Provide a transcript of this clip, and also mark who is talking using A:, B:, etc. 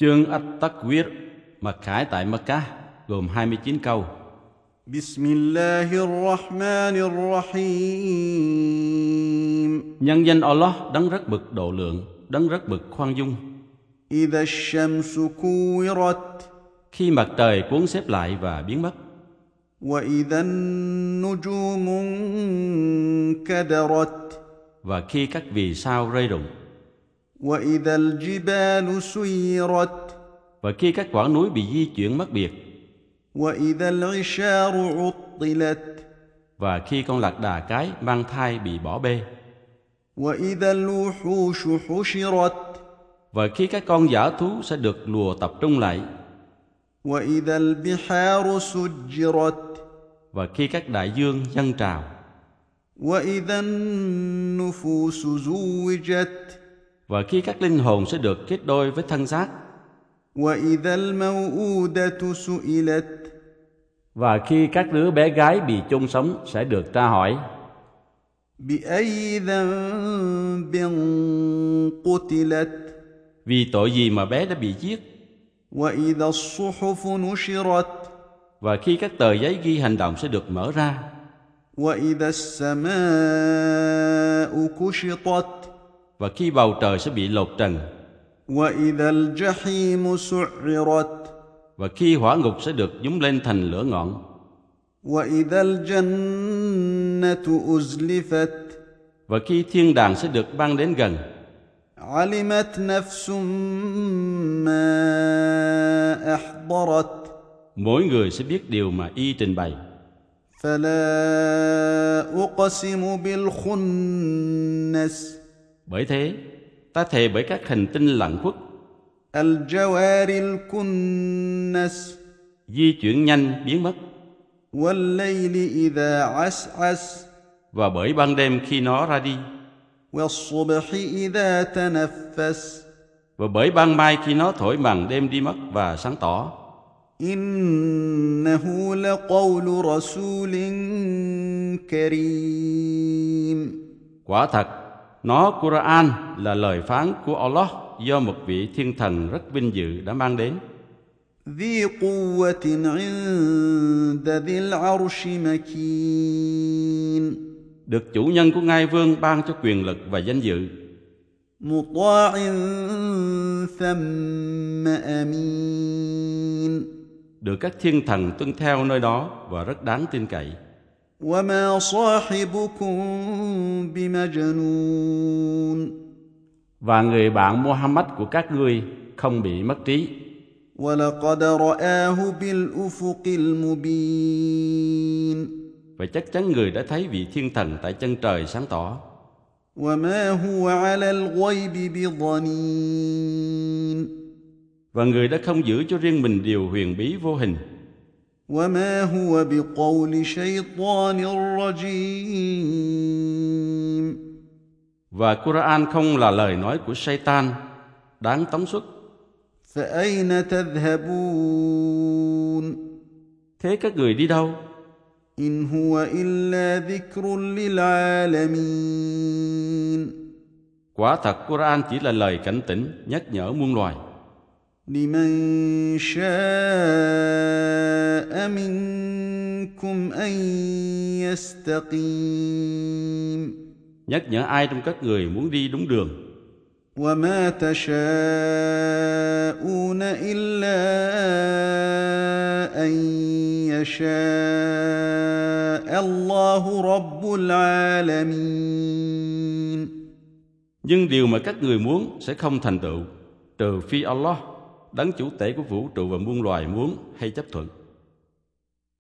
A: Chương At-Takwir mặc khải tại Mecca gồm 29 câu.
B: بسم الله الرحمن الرحيم
A: Nhân danh Allah đấng rất bực độ lượng, đấng rất bực khoan dung.
B: إذا الشمس كورت
A: Khi mặt trời cuốn xếp lại và biến mất,
B: وإذا النجوم انكدرت
A: và khi các vì sao rơi rụng,
B: وإذا الجبال سيرت
A: và khi các quả núi bị di chuyển mất biệt,
B: وإذا العشار عطلت
A: và khi con lạc đà cái mang thai bị bỏ bê,
B: وإذا الوحوش حشرت
A: và khi các con giả thú sẽ được lùa tập trung lại,
B: وإذا البحار سجرت
A: và khi các đại dương dâng trào,
B: وإذا النفوس زوجت
A: và khi các linh hồn sẽ được kết đôi với thân xác,
B: وإذا الموءودة سئلت
A: và khi các đứa bé gái bị chôn sống sẽ được tra hỏi
B: بأي ذنب قتلت
A: vì tội gì mà bé đã bị giết
B: وإذا الصحف نشرت
A: và khi các tờ giấy ghi hành động sẽ được mở ra
B: وإذا السماء كشطت
A: và khi bầu trời sẽ bị lột trần
B: وإذا الجحيم سعرت
A: và khi hỏa ngục sẽ được dúng lên thành lửa ngọn
B: وإذا الجنة أزلفت
A: và khi thiên đàng sẽ được ban đến gần
B: علمت نفس ما أحضرت
A: mỗi người sẽ biết điều mà y trình bày
B: فلا أقسم بالخنس
A: bởi thế ta thề bởi các hành tinh lặng khuất
B: الجوار الكنس
A: di chuyển nhanh biến mất
B: والليل إذا عسعس
A: và bởi ban đêm khi nó ra đi
B: والصبح إذا تنفس
A: và bởi ban mai khi nó thổi bằng đêm đi mất và sáng tỏ
B: إنه لقول رسول كريم
A: Quả thật, nó Quran là lời phán của Allah do một vị thiên thần rất vinh dự đã mang đến,
B: ذي قوة عند ذي العرش مكين
A: được chủ nhân của ngai vương ban cho quyền lực và danh dự,
B: مطاع ثم أمين
A: được các thiên thần tuân theo nơi đó và rất đáng tin cậy.
B: وما صاحبكم بمجنون
A: Và người bạn Muhammad của các ngươi không bị mất trí.
B: ولقد رآه بالأفق المبين
A: Và chắc chắn người đã thấy vị thiên thần tại chân trời sáng tỏ.
B: وما هو على الغيب بضنين
A: Và người đã không giữ cho riêng mình điều huyền bí vô hình.
B: وما هو بقول شيطان رجيم
A: Và Quran không là lời nói của Satan, đáng tống xuất
B: فأين تذهبون
A: Thế các người đi đâu?
B: إن هو إلا ذكر للعالمين
A: Quả thật Quran chỉ là lời cảnh tỉnh, nhắc nhở muôn loài.
B: لمن شاء منكم أن يستقيم
A: Nhắc nhở ai trong các người muốn đi đúng đường.
B: وما تشاءون إلا أن يشاء الله رب العالمين
A: Nhưng điều mà các người muốn sẽ không thành tựu, trừ phi Allah, đấng chủ tể của vũ trụ và muôn loài muốn hay chấp thuận.